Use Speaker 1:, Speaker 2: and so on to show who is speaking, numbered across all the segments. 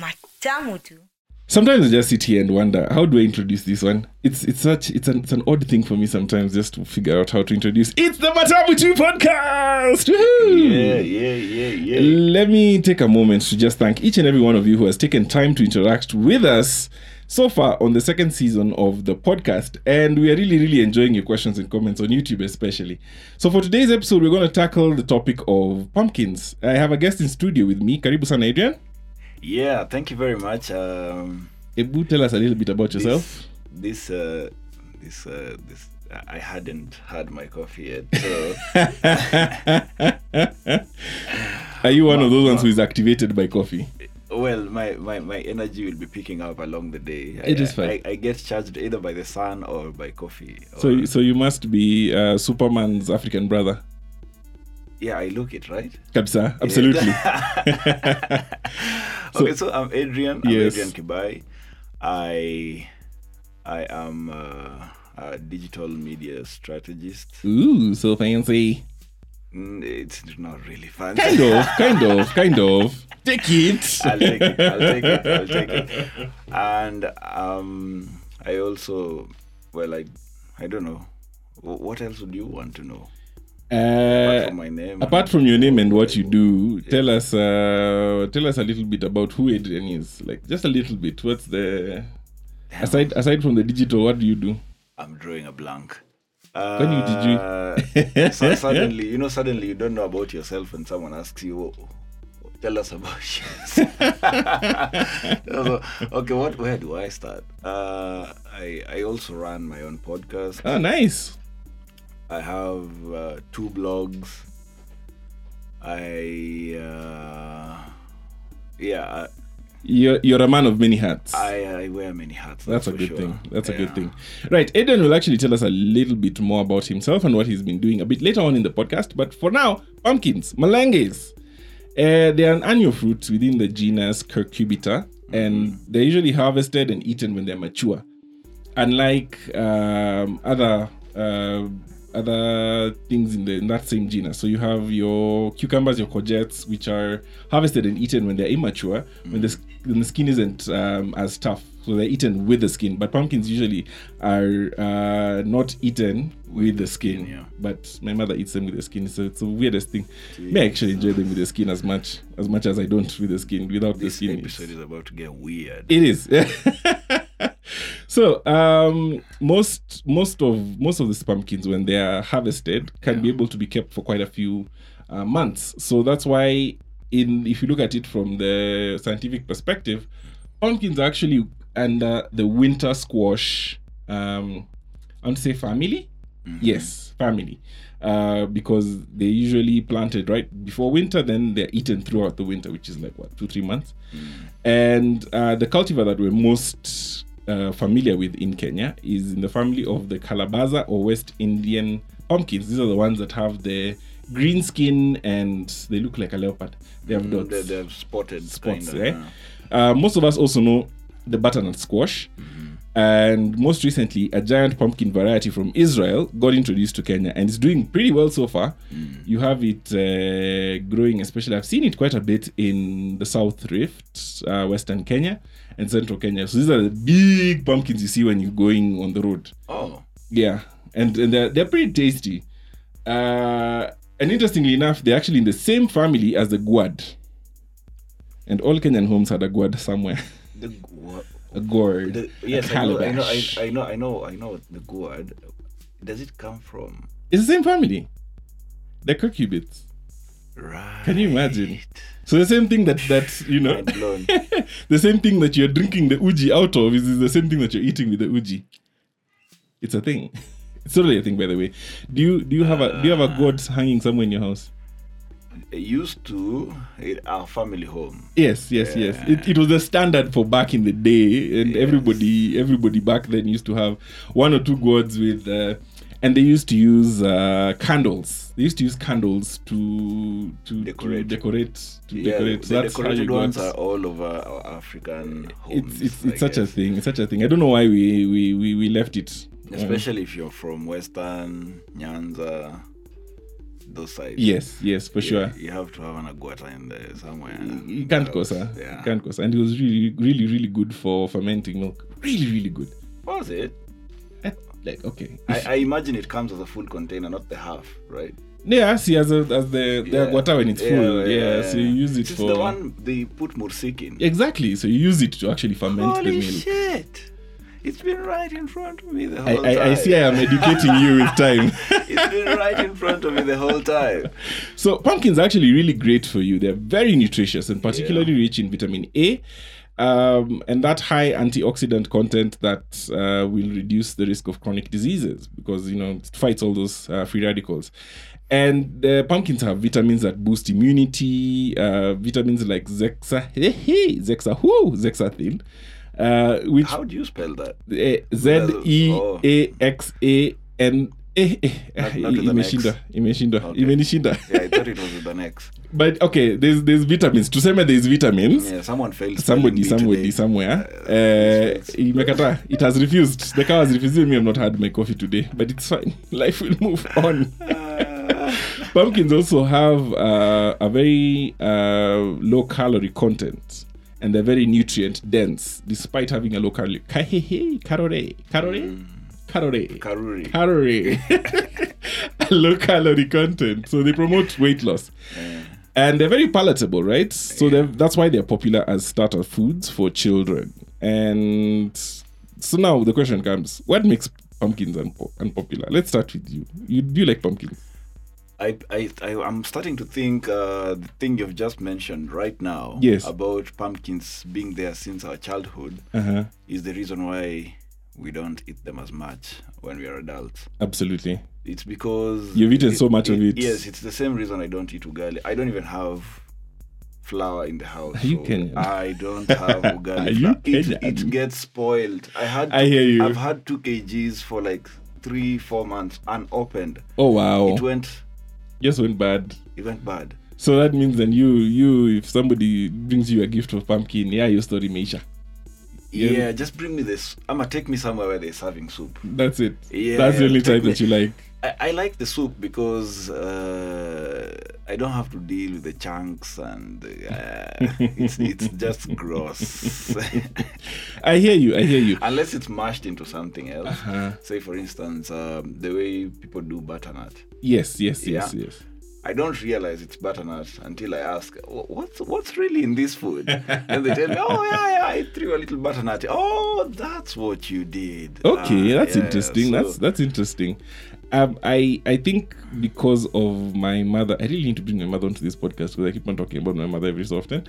Speaker 1: matamu tu
Speaker 2: sometimes I just sit here and wonder how do I introduce this one. It's it's such it's an it's an odd thing for me sometimes just to figure out how to introduce. It's the Matamu Two podcast. Woohoo!
Speaker 3: Yeah, yeah, yeah, yeah.
Speaker 2: Let me take a moment to just thank each and every one of you who has taken time to interact with us so far on the second season of the podcast. And we are really, really enjoying your questions and comments on YouTube, especially. So, for today's episode, we're going to tackle the topic of pumpkins. I have a guest in studio with me. Karibu sana, Adrian.
Speaker 3: Yeah, thank you very much. Um,
Speaker 2: Ebu, tell us a little bit about
Speaker 3: this-
Speaker 2: yourself.
Speaker 3: This, uh, this, uh, this. I- I hadn't had my coffee yet, so
Speaker 2: Are you one of those ones who is activated by coffee?
Speaker 3: well, my, my, my energy will be picking up along the day.
Speaker 2: It
Speaker 3: I,
Speaker 2: is fine.
Speaker 3: I, I get charged either by the sun or by coffee. Or,
Speaker 2: So, so you must be uh, Superman's African brother.
Speaker 3: yeah, I look it right.
Speaker 2: Kabsa, absolutely. So-
Speaker 3: okay, so I'm Adrian. I'm
Speaker 2: Yes.
Speaker 3: Adrian Kibai. I I am uh, a digital media strategist.
Speaker 2: Ooh, so fancy.
Speaker 3: Mm, It's not really fun.
Speaker 2: Kind of, kind of, kind of. Take it.
Speaker 3: I'll take it. I'll take it. I'll take it. And um, I also, well, I, I don't know. Wh- What else would you want to know? Apart
Speaker 2: Uh,
Speaker 3: from my name.
Speaker 2: apart from your name and what you do, tell us, uh, tell us a little bit about who Adrian is. Like just a little bit. What's the aside aside from the digital? What do you do?
Speaker 3: I'm drawing a blank.
Speaker 2: When you did you-
Speaker 3: Uh, so suddenly, you know, suddenly you don't know about yourself, and someone asks you, "Oh, "Tell us about yourself." So, okay, what? Where do I start? Uh, I I also run my own podcast.
Speaker 2: Oh, nice.
Speaker 3: I have uh, two blogs. I uh, yeah,
Speaker 2: You're you're a man of many hats.
Speaker 3: I, I wear many hats.
Speaker 2: that's a
Speaker 3: for
Speaker 2: good
Speaker 3: sure.
Speaker 2: thing. That's a
Speaker 3: Yeah.
Speaker 2: good thing. Right. Adrian will actually tell us a little bit more about himself and what he's been doing a bit later on in the podcast. But for now, pumpkins, malanges. Uh, they are an annual fruit within the genus Cucurbita, and
Speaker 3: Mm-hmm.
Speaker 2: they're usually harvested and eaten when they're mature. Unlike um, other uh, other things in, the, in that same genus, so you have your cucumbers, your courgettes, which are harvested and eaten when they're immature, when, the, s- when the skin isn't um, as tough, so they're eaten with the skin. But pumpkins usually are uh, not eaten with the skin.
Speaker 3: Yeah.
Speaker 2: But my mother eats them with the skin, so it's the weirdest thing. May I actually enjoy them with the skin as much as much as I don't with the skin without
Speaker 3: This
Speaker 2: the skin. it's-
Speaker 3: episode is about to get weird.
Speaker 2: It is. so um, most most of most of these pumpkins, when they are harvested, can be able to be kept for quite a few uh, months. So that's why, in if you look at it from the scientific perspective, pumpkins are actually under the winter squash. Um, I would say family. Yes, family. Uh, because they're usually planted right before winter, then they're eaten throughout the winter, which is like what two three months. And uh, the cultivar that we're most uh, familiar with in Kenya is in the family of the Calabaza or West Indian pumpkins. These are the ones that have the green skin and they look like a leopard. They have dots
Speaker 3: They, they've spotted
Speaker 2: spots.
Speaker 3: kind of,
Speaker 2: eh?
Speaker 3: uh,
Speaker 2: Uh, most of us also know the butternut squash. And most recently, a giant pumpkin variety from Israel got introduced to Kenya and it's doing pretty well so far. You have it uh, growing, especially, I've seen it quite a bit in the South Rift, uh, Western Kenya, and Central Kenya. So these are the big pumpkins you see when you're going on the road.
Speaker 3: Oh,
Speaker 2: Yeah, and, and they're, they're pretty tasty. Uh, and interestingly enough, they're actually in the same family as the gourd. And all Kenyan homes had a gourd somewhere.
Speaker 3: the gourd.
Speaker 2: A gourd.
Speaker 3: The,
Speaker 2: a
Speaker 3: yes, I know, I know, I,
Speaker 2: calabash.
Speaker 3: I know, I know, I know the gourd. Does it come from?
Speaker 2: It's the same family. They're cucurbits.
Speaker 3: Right.
Speaker 2: Can you imagine? So the same thing that, that you know,
Speaker 3: Mind blown.
Speaker 2: the same thing that you're drinking the uji out of is, is the same thing that you're eating with the uji. It's a thing. It's totally a thing, by the way. Do you do you have a do you
Speaker 3: Uh,
Speaker 2: have a gourd hanging somewhere in your house?
Speaker 3: I used to at our family home.
Speaker 2: Yes, yes, yes. It, it was the standard for back in the day, and everybody everybody back then used to have one or two gourds with, uh, and they used to use uh, candles. They used to use candles to to
Speaker 3: Decorate.
Speaker 2: to decorate, to
Speaker 3: Yeah,
Speaker 2: decorate. So
Speaker 3: the
Speaker 2: that's how you
Speaker 3: decorated ones
Speaker 2: got.
Speaker 3: are all over our African homes.
Speaker 2: It's it's,
Speaker 3: I
Speaker 2: it's such a
Speaker 3: guess.
Speaker 2: thing. It's such a thing. I don't know why we we we, we left it. Um,
Speaker 3: Especially if you're from Western Nyanza, those sides.
Speaker 2: Yes, yes, for sure.
Speaker 3: You have to have an aguata in there somewhere.
Speaker 2: You can't cause her.
Speaker 3: Yeah.
Speaker 2: Can't cause And it was really, really, really good for fermenting milk. Really, really good.
Speaker 3: What was it?
Speaker 2: Like, okay.
Speaker 3: I, I imagine it comes as a full container, not the half, right?
Speaker 2: Yeah, see, as, a, as the, the aguata when it's full. Yeah, so you use it
Speaker 3: This
Speaker 2: for.
Speaker 3: is the one they put mursik in.
Speaker 2: Exactly. So you use it to actually ferment the
Speaker 3: Holy
Speaker 2: milk.
Speaker 3: shit! It's been right in front of me the
Speaker 2: I,
Speaker 3: whole time.
Speaker 2: I, I see I am educating you with time.
Speaker 3: it's been right in front of me the whole time.
Speaker 2: so pumpkins are actually really great for you. They're very nutritious and particularly rich in vitamin A. Um, and that high antioxidant content that uh, will reduce the risk of chronic diseases because you know it fights all those uh, free radicals. And uh, pumpkins have vitamins that boost immunity, uh, vitamins like zexa, hey, hey, zexa, whoo, zexathin, uh, which
Speaker 3: How do you spell that?
Speaker 2: Eh, Z E A X A N eh, eh,
Speaker 3: oh. Not- not with an
Speaker 2: imeshinda imeshinda
Speaker 3: Okay.
Speaker 2: imenishinda
Speaker 3: Yeah, I thought it was with an X.
Speaker 2: but okay there's there's vitamins tuseme there's vitamins
Speaker 3: Yeah, someone failed. spelling
Speaker 2: somebody
Speaker 3: bee
Speaker 2: somebody
Speaker 3: today.
Speaker 2: somewhere uh,
Speaker 3: Uh, it's-
Speaker 2: imekata it has refused the cow has refused me i've not had my coffee today but it's fine life will move on
Speaker 3: Uh,
Speaker 2: pumpkins also have uh, a very uh, low calorie content and they're very nutrient dense despite having a low calorie Kahehe, carore carore
Speaker 3: Mm.
Speaker 2: carore
Speaker 3: Karuri.
Speaker 2: calorie low calorie content so they promote weight loss and they're very palatable right so they're- that's why they're popular as starter foods for children and so now the question comes what makes pumpkins unpo- unpopular let's start with you you do you like pumpkins
Speaker 3: I, I, I, I'm starting to think uh, the thing you've just mentioned right now
Speaker 2: Yes.
Speaker 3: about pumpkins being there since our childhood
Speaker 2: uh-huh
Speaker 3: is the reason why we don't eat them as much when we are adults.
Speaker 2: absolutely
Speaker 3: It's because
Speaker 2: You've eaten so much of it.
Speaker 3: Yes, it's the same reason I don't eat ugali. I don't even have flour in the house.
Speaker 2: Are you
Speaker 3: so
Speaker 2: Kenyan?
Speaker 3: I don't have ugali.
Speaker 2: Are you
Speaker 3: flour. It,
Speaker 2: Kenyan?
Speaker 3: it gets spoiled. I had.
Speaker 2: I hear you.
Speaker 3: I've had two kgs for like three, four months unopened.
Speaker 2: oh wow
Speaker 3: It went.
Speaker 2: just went bad
Speaker 3: It went bad.
Speaker 2: so that means then you you if somebody brings you a gift of pumpkin yeah your story meisha
Speaker 3: Yeah.
Speaker 2: Yeah.
Speaker 3: just bring me this. I'ma take me somewhere where they're serving soup.
Speaker 2: that's it
Speaker 3: Yeah,
Speaker 2: that's the only
Speaker 3: take
Speaker 2: type
Speaker 3: me-
Speaker 2: that you like
Speaker 3: I, I like the soup because uh, I don't have to deal with the chunks and uh, it's, it's just gross.
Speaker 2: I hear you. I hear you.
Speaker 3: Unless it's mashed into something else.
Speaker 2: Uh-huh.
Speaker 3: Say, for instance, um, the way people do butternut.
Speaker 2: Yes, yes, yes,
Speaker 3: Yeah.
Speaker 2: yes.
Speaker 3: I don't realize it's butternut until I ask, "Wh- what's what's really in this food? and they tell me, oh, yeah, yeah, I threw a little butternut. Oh, that's what you did.
Speaker 2: Okay,
Speaker 3: Ah,
Speaker 2: that's
Speaker 3: yeah,
Speaker 2: interesting.
Speaker 3: so-
Speaker 2: That's that's interesting. Um, I I think because of my mother, I really need to bring my mother onto this podcast because I keep on talking about my mother every so often.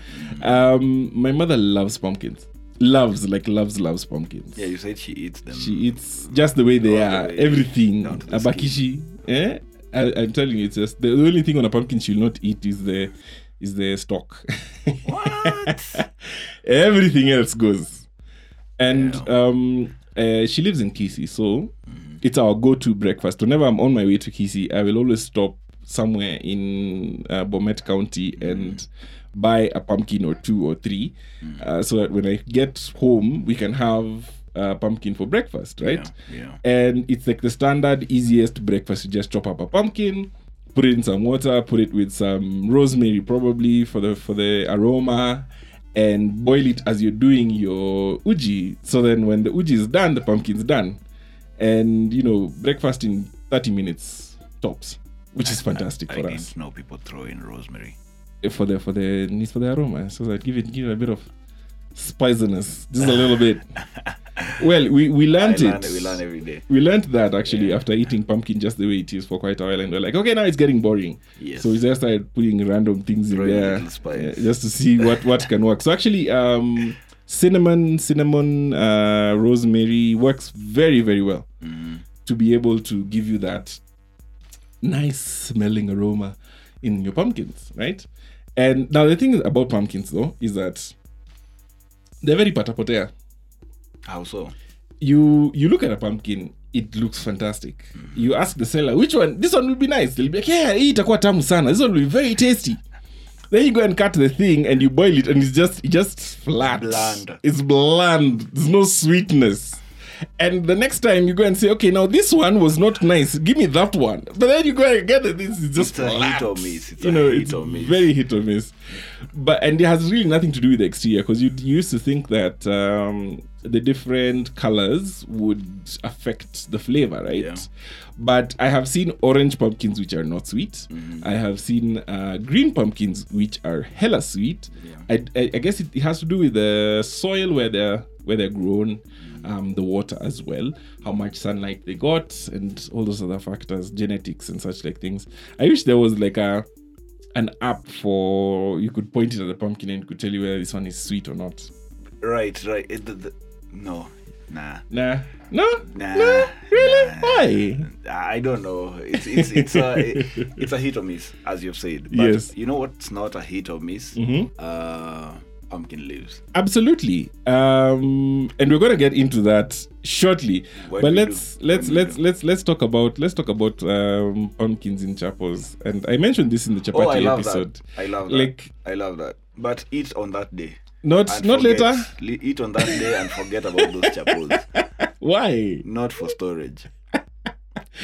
Speaker 2: Um, my mother loves pumpkins. Loves like loves loves pumpkins.
Speaker 3: Yeah, you said she eats them.
Speaker 2: She eats just the way they
Speaker 3: All the
Speaker 2: are.
Speaker 3: way
Speaker 2: Everything.
Speaker 3: down to the
Speaker 2: Abakishi. Eh? I, I'm telling you, it's just the only thing on a pumpkin she'll not eat is the is the stalk.
Speaker 3: What?
Speaker 2: everything else goes and
Speaker 3: Yeah. Mm.
Speaker 2: um uh, she lives in Kisi, so it's our go-to breakfast. Whenever I'm on my way to Kisi, I will always stop somewhere in uh, Bomet County
Speaker 3: Mm.
Speaker 2: and buy a pumpkin or two or three, uh, so that when I get home, we can have uh, pumpkin for breakfast, right?
Speaker 3: Yeah.
Speaker 2: and it's like the standard easiest breakfast you just chop up a pumpkin put it in some water put it with some rosemary probably for the for the aroma and boil it as you're doing your uji so then when the uji is done the pumpkin's done and you know breakfast in 30 minutes tops which is fantastic
Speaker 3: I
Speaker 2: for us Eh,
Speaker 3: didn't know people throw in rosemary.
Speaker 2: for the for the needs for the aroma so that give it give it a bit of spiciness just a little bit well we we
Speaker 3: I
Speaker 2: learned
Speaker 3: learn,
Speaker 2: it
Speaker 3: we learn every day.
Speaker 2: we learned that actually after eating pumpkin just the way it is for quite a while and we're like okay now it's getting boring
Speaker 3: Yes.
Speaker 2: so we just started putting random things in
Speaker 3: Throwing a
Speaker 2: there
Speaker 3: little spice.
Speaker 2: yeah, just to see what what can work so actually um cinnamon cinnamon uh rosemary works very very well
Speaker 3: Mm.
Speaker 2: to be able to give you that nice smelling aroma in your pumpkins right and now the thing about pumpkins though is that they're very patapotea
Speaker 3: How so?
Speaker 2: you you look at a pumpkin it looks fantastic you ask the seller which one this one will be nice they'll be like yeah hii itakuwa tamu sana this one will be very tasty then you go and cut the thing and you boil it and it's just it's just flat
Speaker 3: Bland.
Speaker 2: it's bland there's no sweetness and the next time you go and say, okay, now this one was not nice. Give me that one. But then you go and get it. This is just
Speaker 3: It's a
Speaker 2: flat.
Speaker 3: hit or miss. It's
Speaker 2: you
Speaker 3: a
Speaker 2: know,
Speaker 3: hit
Speaker 2: it's
Speaker 3: or miss.
Speaker 2: very hit or miss. But and it has really nothing to do with the exterior because you, you used to think that um, the different colors would affect the flavor, right?
Speaker 3: Yeah.
Speaker 2: But I have seen orange pumpkins which are not sweet. I have seen uh, green pumpkins which are hella sweet. I, I, I guess it, it has to do with the soil where they're where they're grown, um, the water as well, how much sunlight they got, and all those other factors, genetics and such like things. I wish there was like a an app for you could point it at the pumpkin and it could tell you whether this one is sweet or not.
Speaker 3: Right, right. It, the, the, no, nah.
Speaker 2: Nah, no,
Speaker 3: Nah,
Speaker 2: no, really?
Speaker 3: nah.
Speaker 2: Why?
Speaker 3: I don't know. It's it's it's a it's a hit or miss, as you've said. But
Speaker 2: Yes.
Speaker 3: You know what's not a hit or miss?
Speaker 2: Mhm.
Speaker 3: Uh, pumpkin leaves.
Speaker 2: Absolutely. Um, and we're gonna get into that shortly.
Speaker 3: When
Speaker 2: but
Speaker 3: we
Speaker 2: let's
Speaker 3: do,
Speaker 2: let's
Speaker 3: when we
Speaker 2: let's
Speaker 3: do.
Speaker 2: let's let's talk about let's talk about um, pumpkins in chapels. And I mentioned this in the chapati
Speaker 3: Oh, I love
Speaker 2: episode.
Speaker 3: that. I love that.
Speaker 2: Like
Speaker 3: I love that. But eat on that day.
Speaker 2: not
Speaker 3: and
Speaker 2: not
Speaker 3: forget-
Speaker 2: later.
Speaker 3: li- Eat on that day and forget about those chapels.
Speaker 2: Why?
Speaker 3: Not for storage.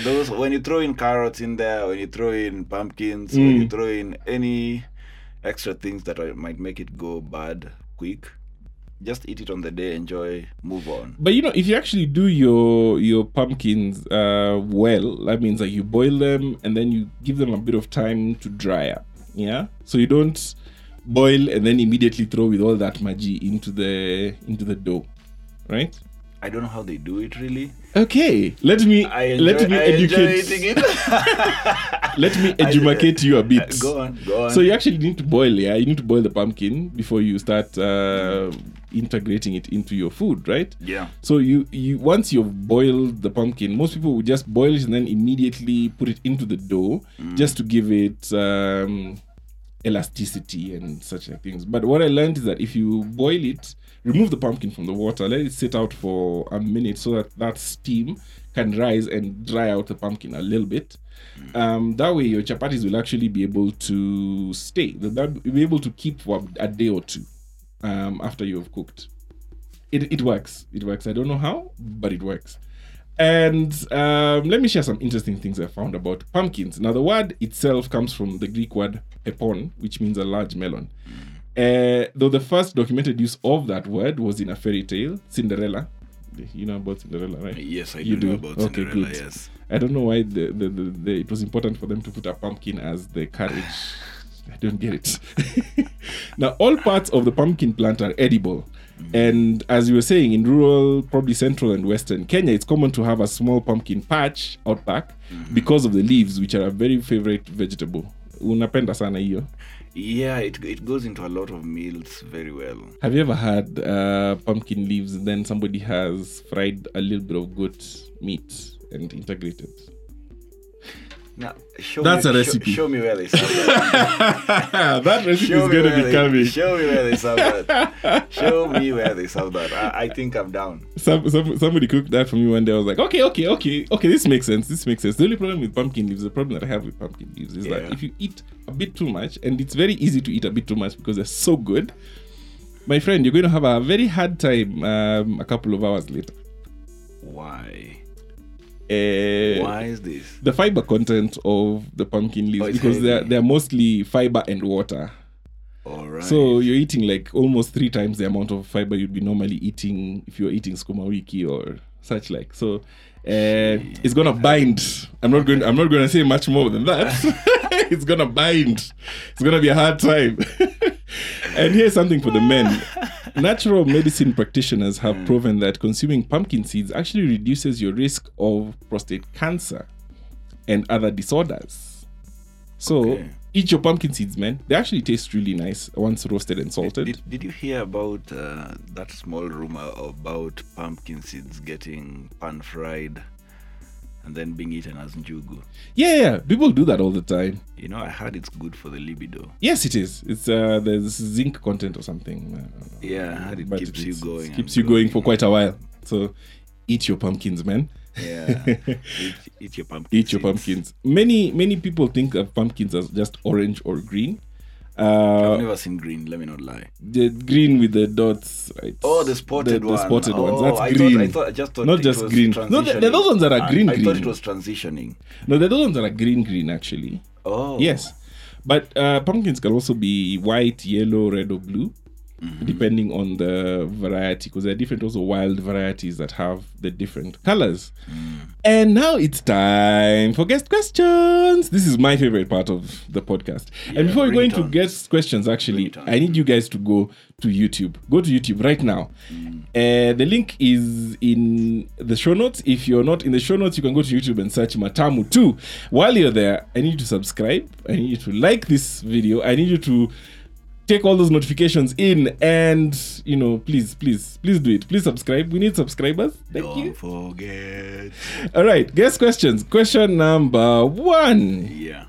Speaker 3: Those when you throw in carrots in there, when you throw in pumpkins,
Speaker 2: Mm.
Speaker 3: when you throw in any extra things that are, might make it go bad quick, just eat it on the day. Enjoy. Move on.
Speaker 2: But you know, if you actually do your your pumpkins uh, well, that means that you boil them and then you give them a bit of time to dry up. Yeah, so you don't boil and then immediately throw with all that maji into the into the dough, right?
Speaker 3: I don't know how they do it really.
Speaker 2: Okay, let me
Speaker 3: I enjoy,
Speaker 2: let me
Speaker 3: I enjoy eating
Speaker 2: educate
Speaker 3: it.
Speaker 2: let me educate you a bit.
Speaker 3: go on, go on.
Speaker 2: So you actually need to boil, yeah. You need to boil the pumpkin before you start uh, integrating it into your food, right?
Speaker 3: yeah.
Speaker 2: So you you once you've boiled the pumpkin, most people would just boil it and then immediately put it into the dough just to give it um, elasticity and such like things. But what I learned is that if you boil it, remove the pumpkin from the water, let it sit out for a minute so that that steam can rise and dry out the pumpkin a little bit. Um, that way, your chapatis will actually be able to stay. They'll they'll be able to keep for a day or two um, after you have cooked it, it works. It works. I don't know how, but it works. And um, let me share some interesting things I found about pumpkins. Now, the word itself comes from the Greek word pepon, which means a large melon. Uh, though the first documented use of that word was in a fairy tale, Cinderella. You know about Cinderella, right?
Speaker 3: Yes, I
Speaker 2: You
Speaker 3: do know
Speaker 2: do?
Speaker 3: about
Speaker 2: Okay,
Speaker 3: Cinderella.
Speaker 2: good.
Speaker 3: Yes.
Speaker 2: I don't know why the, the, the, the, it was important for them to put a pumpkin as the carriage. I don't get it. now, all parts of the pumpkin plant are edible. And as you were saying, in rural, probably central and western Kenya, it's common to have a small pumpkin patch out back because of the leaves, which are a very favorite vegetable. Unapenda sana hiyo.
Speaker 3: Yeah, it it goes into a lot of meals very well.
Speaker 2: Have you ever had uh, pumpkin leaves and then somebody has fried a little bit of goat meat and integrated?
Speaker 3: Now, show
Speaker 2: That's
Speaker 3: me,
Speaker 2: a
Speaker 3: sho-
Speaker 2: recipe.
Speaker 3: show me where they serve that.
Speaker 2: that recipe
Speaker 3: show
Speaker 2: is going
Speaker 3: me where
Speaker 2: to be
Speaker 3: they,
Speaker 2: coming.
Speaker 3: Show me where they serve that. show me where they serve that. I, I think I'm down.
Speaker 2: some, some, somebody cooked that for me one day. I was like, okay, okay, okay, okay, this makes sense. This makes sense. The only problem with pumpkin leaves, the problem that I have with pumpkin leaves is that
Speaker 3: Yeah.
Speaker 2: if you eat a bit too much, and it's very easy to eat a bit too much because they're so good, my friend, you're going to have a very hard time um, a couple of hours later.
Speaker 3: Why?
Speaker 2: Uh,
Speaker 3: Why is this?
Speaker 2: The fiber content of the pumpkin leaves
Speaker 3: Oh, it's
Speaker 2: because they're
Speaker 3: heavy.
Speaker 2: they're mostly fiber and water.
Speaker 3: All right.
Speaker 2: So you're eating like almost three times the amount of fiber you'd be normally eating if you're eating skuma wiki or such like. So uh, it's gonna bind. I'm not going. I'm not going to say much more than that. it's gonna bind. It's gonna be a hard time. and here's something for the men. Natural medicine practitioners have proven that consuming pumpkin seeds actually reduces your risk of prostate cancer and other disorders. So
Speaker 3: Okay.
Speaker 2: eat your pumpkin seeds, man. They actually taste really nice once roasted and salted.
Speaker 3: did, did you hear about uh, that small rumor about pumpkin seeds getting pan fried and then being eaten as njugu?
Speaker 2: yeah, yeah, people do that all the time.
Speaker 3: You know, I heard it's good for the libido.
Speaker 2: Yes, it is. It's uh, there's zinc content or something. I don't know.
Speaker 3: Yeah, I heard it
Speaker 2: But
Speaker 3: keeps
Speaker 2: it's-
Speaker 3: you
Speaker 2: it
Speaker 3: going.
Speaker 2: Keeps
Speaker 3: and
Speaker 2: you going for quite a while. So eat your pumpkins, man.
Speaker 3: Yeah. eat, eat your pumpkin.
Speaker 2: Eat your
Speaker 3: seeds.
Speaker 2: pumpkins. Many many people think of pumpkins as just orange or green, Uh,
Speaker 3: I've never seen green. Let me not lie.
Speaker 2: the green with the dots. Right?
Speaker 3: Oh, the spotted
Speaker 2: the,
Speaker 3: one.
Speaker 2: The spotted
Speaker 3: oh,
Speaker 2: ones. That's
Speaker 3: I
Speaker 2: green.
Speaker 3: Thought, I thought I just thought
Speaker 2: Not
Speaker 3: it
Speaker 2: just
Speaker 3: was
Speaker 2: green. No, there- there are those
Speaker 3: transitioning.
Speaker 2: ones that are
Speaker 3: I-
Speaker 2: green,
Speaker 3: I thought
Speaker 2: green.
Speaker 3: it was transitioning.
Speaker 2: no, they're the ones that are green, green actually.
Speaker 3: Oh,
Speaker 2: Yes, but uh, pumpkins can also be white, yellow, red, or blue,
Speaker 3: Mm-hmm.
Speaker 2: depending on the variety. Because there are different also wild varieties that have the different colors.
Speaker 3: Mm.
Speaker 2: And now it's time for guest questions. This is my favorite part of the podcast. and before we go
Speaker 3: bring it
Speaker 2: into
Speaker 3: on.
Speaker 2: guest questions, actually,
Speaker 3: it on.
Speaker 2: I need you guys to go to YouTube. Go to YouTube right now. Uh, the link is in the show notes. If you're not in the show notes, you can go to YouTube and search Matamu too. While you're there, I need you to subscribe. I need you to like this video. I need you to take all those notifications in and you know please please please do it please subscribe we need subscribers thank
Speaker 3: Don't
Speaker 2: you
Speaker 3: forget.
Speaker 2: all right guest questions question number one
Speaker 3: Yeah.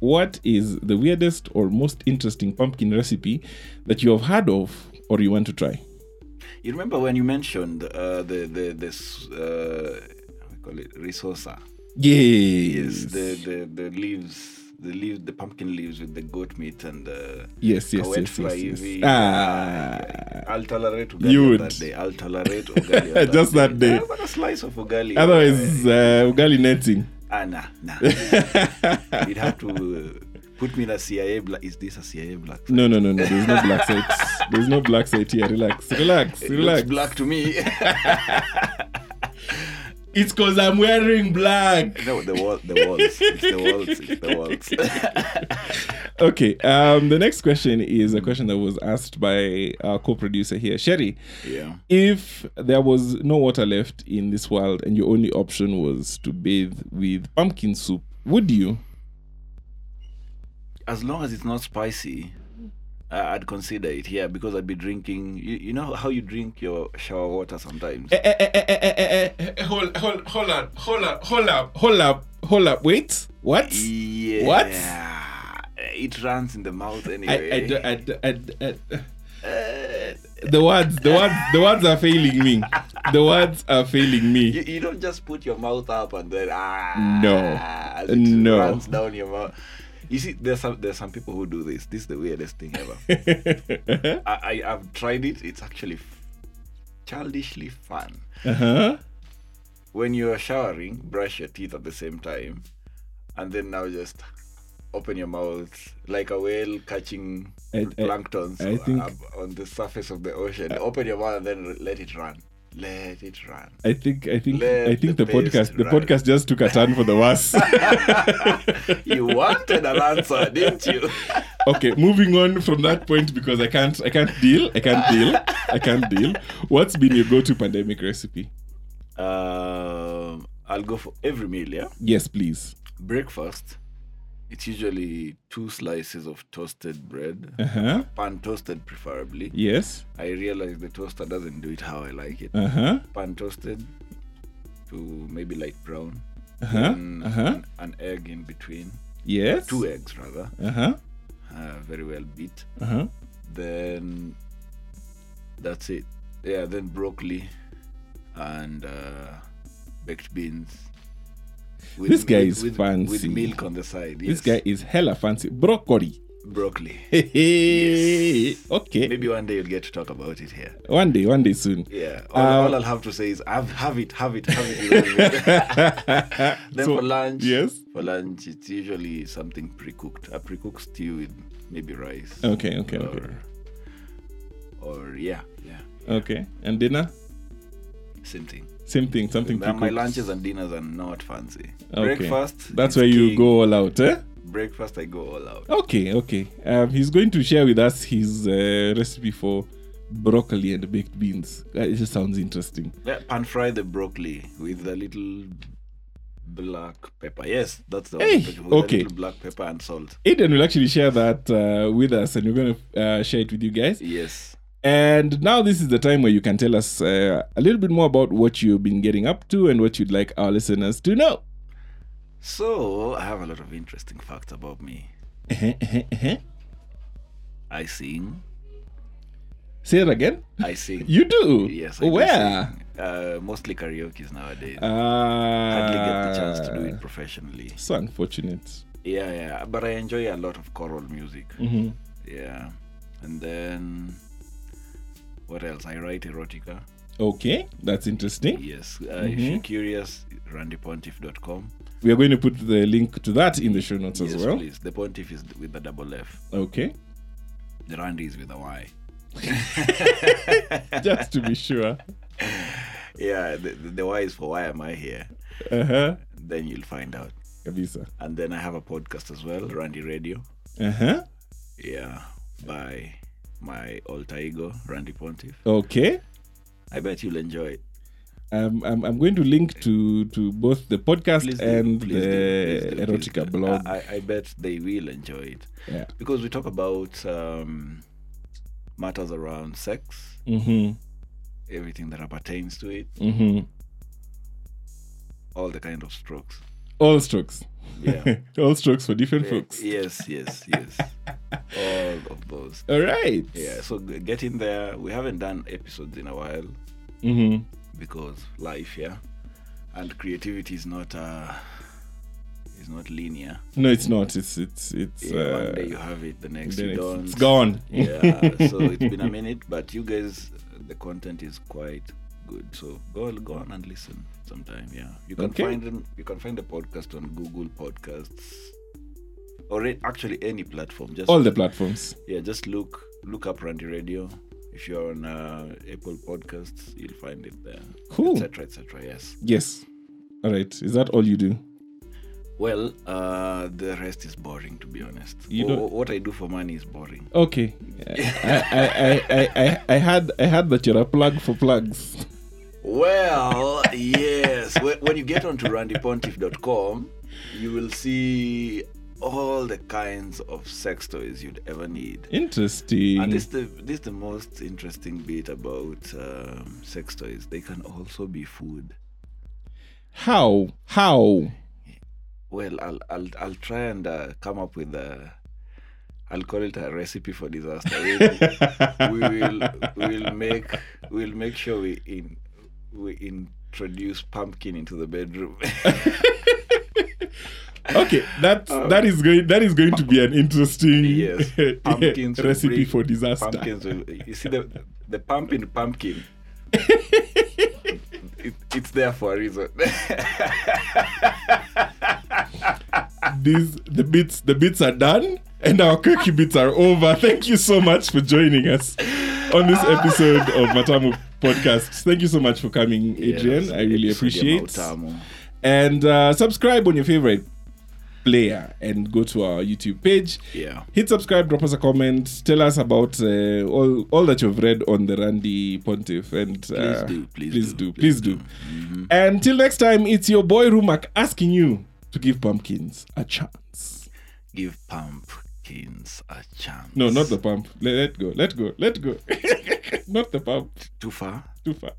Speaker 2: what is the weirdest or most interesting pumpkin recipe that you have heard of or you want to try?
Speaker 3: You remember when you mentioned uh, the the this uh, how we call it resosa?
Speaker 2: Yes.
Speaker 3: The, the the leaves, the leaves, the pumpkin leaves with the goat meat and the
Speaker 2: Yes, yes,
Speaker 3: kawet
Speaker 2: yes,
Speaker 3: fry
Speaker 2: yes, yes.
Speaker 3: hivi.
Speaker 2: Ah.
Speaker 3: I'll tolerate ugali
Speaker 2: You
Speaker 3: on
Speaker 2: would.
Speaker 3: that day. I'll tolerate ugali on
Speaker 2: Just that day.
Speaker 3: Ah, but a slice of ugali.
Speaker 2: Otherwise, uh, ugali netting.
Speaker 3: Ah, nah, nah. You'd have to uh, put me in a CIA black. Is this a CIA black? site?
Speaker 2: No, no, no, no. There's no black site. There's no black site here. Relax, relax,
Speaker 3: It
Speaker 2: relax.
Speaker 3: looks black to me.
Speaker 2: It's because I'm wearing black.
Speaker 3: no, the wall, the walls. It's the walls. It's the walls.
Speaker 2: Okay. Um, the next question is a question that was asked by our co-producer here, Sherry.
Speaker 3: yeah.
Speaker 2: if there was no water left in this world and your only option was to bathe with pumpkin soup, would you?
Speaker 3: as long as it's not spicy, I I'd consider it. Yeah, because I'd be drinking. You, you know how you drink your shower water sometimes.
Speaker 2: Eh, Hold, hold, hold up, hold up, hold up, hold up, hold up. Wait, what?
Speaker 3: Yeah.
Speaker 2: Eh, What?
Speaker 3: It runs in the mouth
Speaker 2: I,
Speaker 3: anyway.
Speaker 2: I, do- I, do- I, do- I, do- the words, the words, the words are failing me. The words are failing
Speaker 3: you,
Speaker 2: me.
Speaker 3: you don't just put your mouth up and then ah
Speaker 2: No.
Speaker 3: as it
Speaker 2: No.
Speaker 3: runs down your mouth. You see, there's some there's some people who do this. This is the weirdest thing ever.
Speaker 2: uh-huh.
Speaker 3: I, I I've tried it. It's actually f- childishly fun.
Speaker 2: Uh-huh.
Speaker 3: when you're showering, brush your teeth at the same time, and then now just open your mouth like a whale catching
Speaker 2: I- I-
Speaker 3: plankton
Speaker 2: I think-
Speaker 3: up on the surface of the ocean. open your mouth and then let it run. Let it run.
Speaker 2: I think, I think,
Speaker 3: Let
Speaker 2: I think the,
Speaker 3: the paste
Speaker 2: podcast, the
Speaker 3: rise.
Speaker 2: podcast just took a turn for the worse.
Speaker 3: You wanted an answer, didn't you?
Speaker 2: okay moving on from that point because i can't i can't deal i can't deal i can't deal what's been your go-to pandemic recipe
Speaker 3: Um, I'll go for every meal. Yeah,
Speaker 2: yes please
Speaker 3: breakfast. It's usually two slices of toasted bread,
Speaker 2: uh-huh
Speaker 3: pan toasted preferably.
Speaker 2: yes
Speaker 3: I realize the toaster doesn't do it how I like it.
Speaker 2: uh-huh
Speaker 3: pan toasted to maybe light brown.
Speaker 2: uh-huh
Speaker 3: Then
Speaker 2: uh-huh
Speaker 3: an, an egg in between,
Speaker 2: yes
Speaker 3: two eggs rather,
Speaker 2: uh-huh
Speaker 3: uh, very well beat.
Speaker 2: uh-huh
Speaker 3: Then that's it. Yeah, then broccoli and uh, baked beans. With
Speaker 2: This guy
Speaker 3: mil-
Speaker 2: is
Speaker 3: with, With
Speaker 2: fancy.
Speaker 3: milk on the side.
Speaker 2: this
Speaker 3: Yes.
Speaker 2: guy is hella fancy broccoli
Speaker 3: broccoli.
Speaker 2: Hey, hey. okay
Speaker 3: Maybe one day you'll get to talk about it here.
Speaker 2: one day one day soon
Speaker 3: Yeah. All,
Speaker 2: Uh,
Speaker 3: all I'll have to say is have, have it, have it, have it. then
Speaker 2: Ah, So-
Speaker 3: for lunch,
Speaker 2: yes
Speaker 3: For lunch, it's usually something pre-cooked. A pre-cooked stew with maybe rice.
Speaker 2: okay okay
Speaker 3: or,
Speaker 2: okay
Speaker 3: Or yeah, yeah,
Speaker 2: okay and dinner
Speaker 3: same thing.
Speaker 2: same thing something
Speaker 3: Now, my
Speaker 2: pre-cooked.
Speaker 3: lunches and dinners are not fancy.
Speaker 2: Okay.
Speaker 3: Breakfast.
Speaker 2: that's
Speaker 3: is
Speaker 2: where you
Speaker 3: king.
Speaker 2: go all out eh
Speaker 3: Breakfast, I go all out.
Speaker 2: Okay, okay. Um, he's going to share with us his uh, recipe for broccoli and baked beans. Uh, it just sounds interesting.
Speaker 3: Yeah, pan fry the broccoli with a little black pepper. Yes, that's the
Speaker 2: Hey,
Speaker 3: one. With a
Speaker 2: okay.
Speaker 3: little black pepper and salt.
Speaker 2: Aiden will actually share that uh, with us, and we're going to uh, share it with you guys.
Speaker 3: Yes.
Speaker 2: And now this is the time where you can tell us uh, a little bit more about what you've been getting up to and what you'd like our listeners to know.
Speaker 3: So I have a lot of interesting facts about me.
Speaker 2: Uh-huh,
Speaker 3: I sing.
Speaker 2: Say it again.
Speaker 3: I sing.
Speaker 2: You do.
Speaker 3: Yes, I do
Speaker 2: Where?
Speaker 3: sing. Uh, mostly karaoke's nowadays.
Speaker 2: Ah.
Speaker 3: Hardly get the chance to do
Speaker 2: Uh,
Speaker 3: it professionally.
Speaker 2: So unfortunate.
Speaker 3: Yeah, yeah. But I enjoy a lot of choral music.
Speaker 2: Mhm.
Speaker 3: Yeah. And then what else? I write erotica.
Speaker 2: Okay, that's interesting.
Speaker 3: Yes. Uh, If you're curious, randypontiff.com.
Speaker 2: We are going to put the link to that in the show notes
Speaker 3: Yes,
Speaker 2: as well.
Speaker 3: please. The pontiff is with the double F.
Speaker 2: Okay,
Speaker 3: The Randy is with a Y.
Speaker 2: just to be sure.
Speaker 3: Yeah, the, the, the Y is for why am I here?
Speaker 2: Uh huh.
Speaker 3: Then you'll find out.
Speaker 2: Kabisa.
Speaker 3: And then I have a podcast as well, Randy Radio.
Speaker 2: Uh huh.
Speaker 3: Yeah, by my alter ego, Randy Pontiff.
Speaker 2: Okay.
Speaker 3: I bet you'll enjoy it.
Speaker 2: Um, I'm, I'm going to link to to both the podcast
Speaker 3: Please do,
Speaker 2: and
Speaker 3: please do,
Speaker 2: the
Speaker 3: please do, please
Speaker 2: erotica
Speaker 3: do.
Speaker 2: blog.
Speaker 3: I, I- I bet they will enjoy it
Speaker 2: yeah.
Speaker 3: because we talk about um, matters around sex,
Speaker 2: Mm-hmm.
Speaker 3: everything that pertains to it,
Speaker 2: Mm-hmm.
Speaker 3: all the kind of strokes.
Speaker 2: All strokes.
Speaker 3: Yeah. Eh,
Speaker 2: All strokes for different folks.
Speaker 3: yes, yes, yes. all of those.
Speaker 2: All right.
Speaker 3: Yeah. So g- get in there. We haven't done episodes in a while
Speaker 2: Mm-hmm.
Speaker 3: because life, yeah, and creativity is not uh, is not linear.
Speaker 2: No, it's not. It's it's it's.
Speaker 3: Yeah,
Speaker 2: uh,
Speaker 3: one day you have it, the next
Speaker 2: then
Speaker 3: you
Speaker 2: it's-
Speaker 3: don't.
Speaker 2: it's gone.
Speaker 3: yeah, so it's been a minute, but you guys, the content is quite good. So go go on and listen sometime. Yeah, you can
Speaker 2: Okay.
Speaker 3: find them. You can find the podcast on Google Podcasts, or a- actually any platform. Just
Speaker 2: All the platforms.
Speaker 3: yeah, just look look up Randy Radio. If you're on uh, Apple Podcasts, you'll find it there.
Speaker 2: Cool.
Speaker 3: Etc. Etc. Yes.
Speaker 2: Yes. All right. Is that all you do?
Speaker 3: Well, uh, the rest is boring, to be honest.
Speaker 2: You
Speaker 3: Wh-
Speaker 2: don't-
Speaker 3: what I do for money is boring.
Speaker 2: Okay. I, I, I, I, I, I had I had that you're a plug for plugs.
Speaker 3: Well, yes. When when you get onto randypontiff.com, you will see all the kinds of sex toys you'd ever need.
Speaker 2: Interesting.
Speaker 3: And this is the this is the most interesting bit about um, sex toys. They can also be food.
Speaker 2: How? How?
Speaker 3: Well, I'll I'll, I'll try and uh, come up with a. I'll call it a recipe for disaster. We'll, we will we'll make we'll make sure we in we introduce pumpkin into the bedroom.
Speaker 2: Okay, that that is going that is going to be an interesting
Speaker 3: Uh, Yes. Pumpkins will
Speaker 2: recipe
Speaker 3: bring-
Speaker 2: for disaster.
Speaker 3: pumpkins will, you see the the pumpkin pumpkin it, it's there for a reason
Speaker 2: These the bits the bits are done and our cookie bits are over. Thank you so much for joining us on this episode of Matamu Podcasts. Thank you so much for coming, Adrian.
Speaker 3: Yes,
Speaker 2: I really
Speaker 3: episode ya
Speaker 2: appreciate.
Speaker 3: Mautamo.
Speaker 2: and uh, subscribe on your favorite player and go to our YouTube page.
Speaker 3: Yeah.
Speaker 2: Hit subscribe, drop us a comment, tell us about uh, all all that you've read on the Randy Pontiff, and uh,
Speaker 3: do, please
Speaker 2: do,
Speaker 3: do, Mm-hmm.
Speaker 2: please do. And till next time, it's your boy Rumak asking you to give pumpkins a chance.
Speaker 3: give pumpkins a chance
Speaker 2: No, not the pump. Let, let go, let go, let go. not the pump.
Speaker 3: too far
Speaker 2: Too far.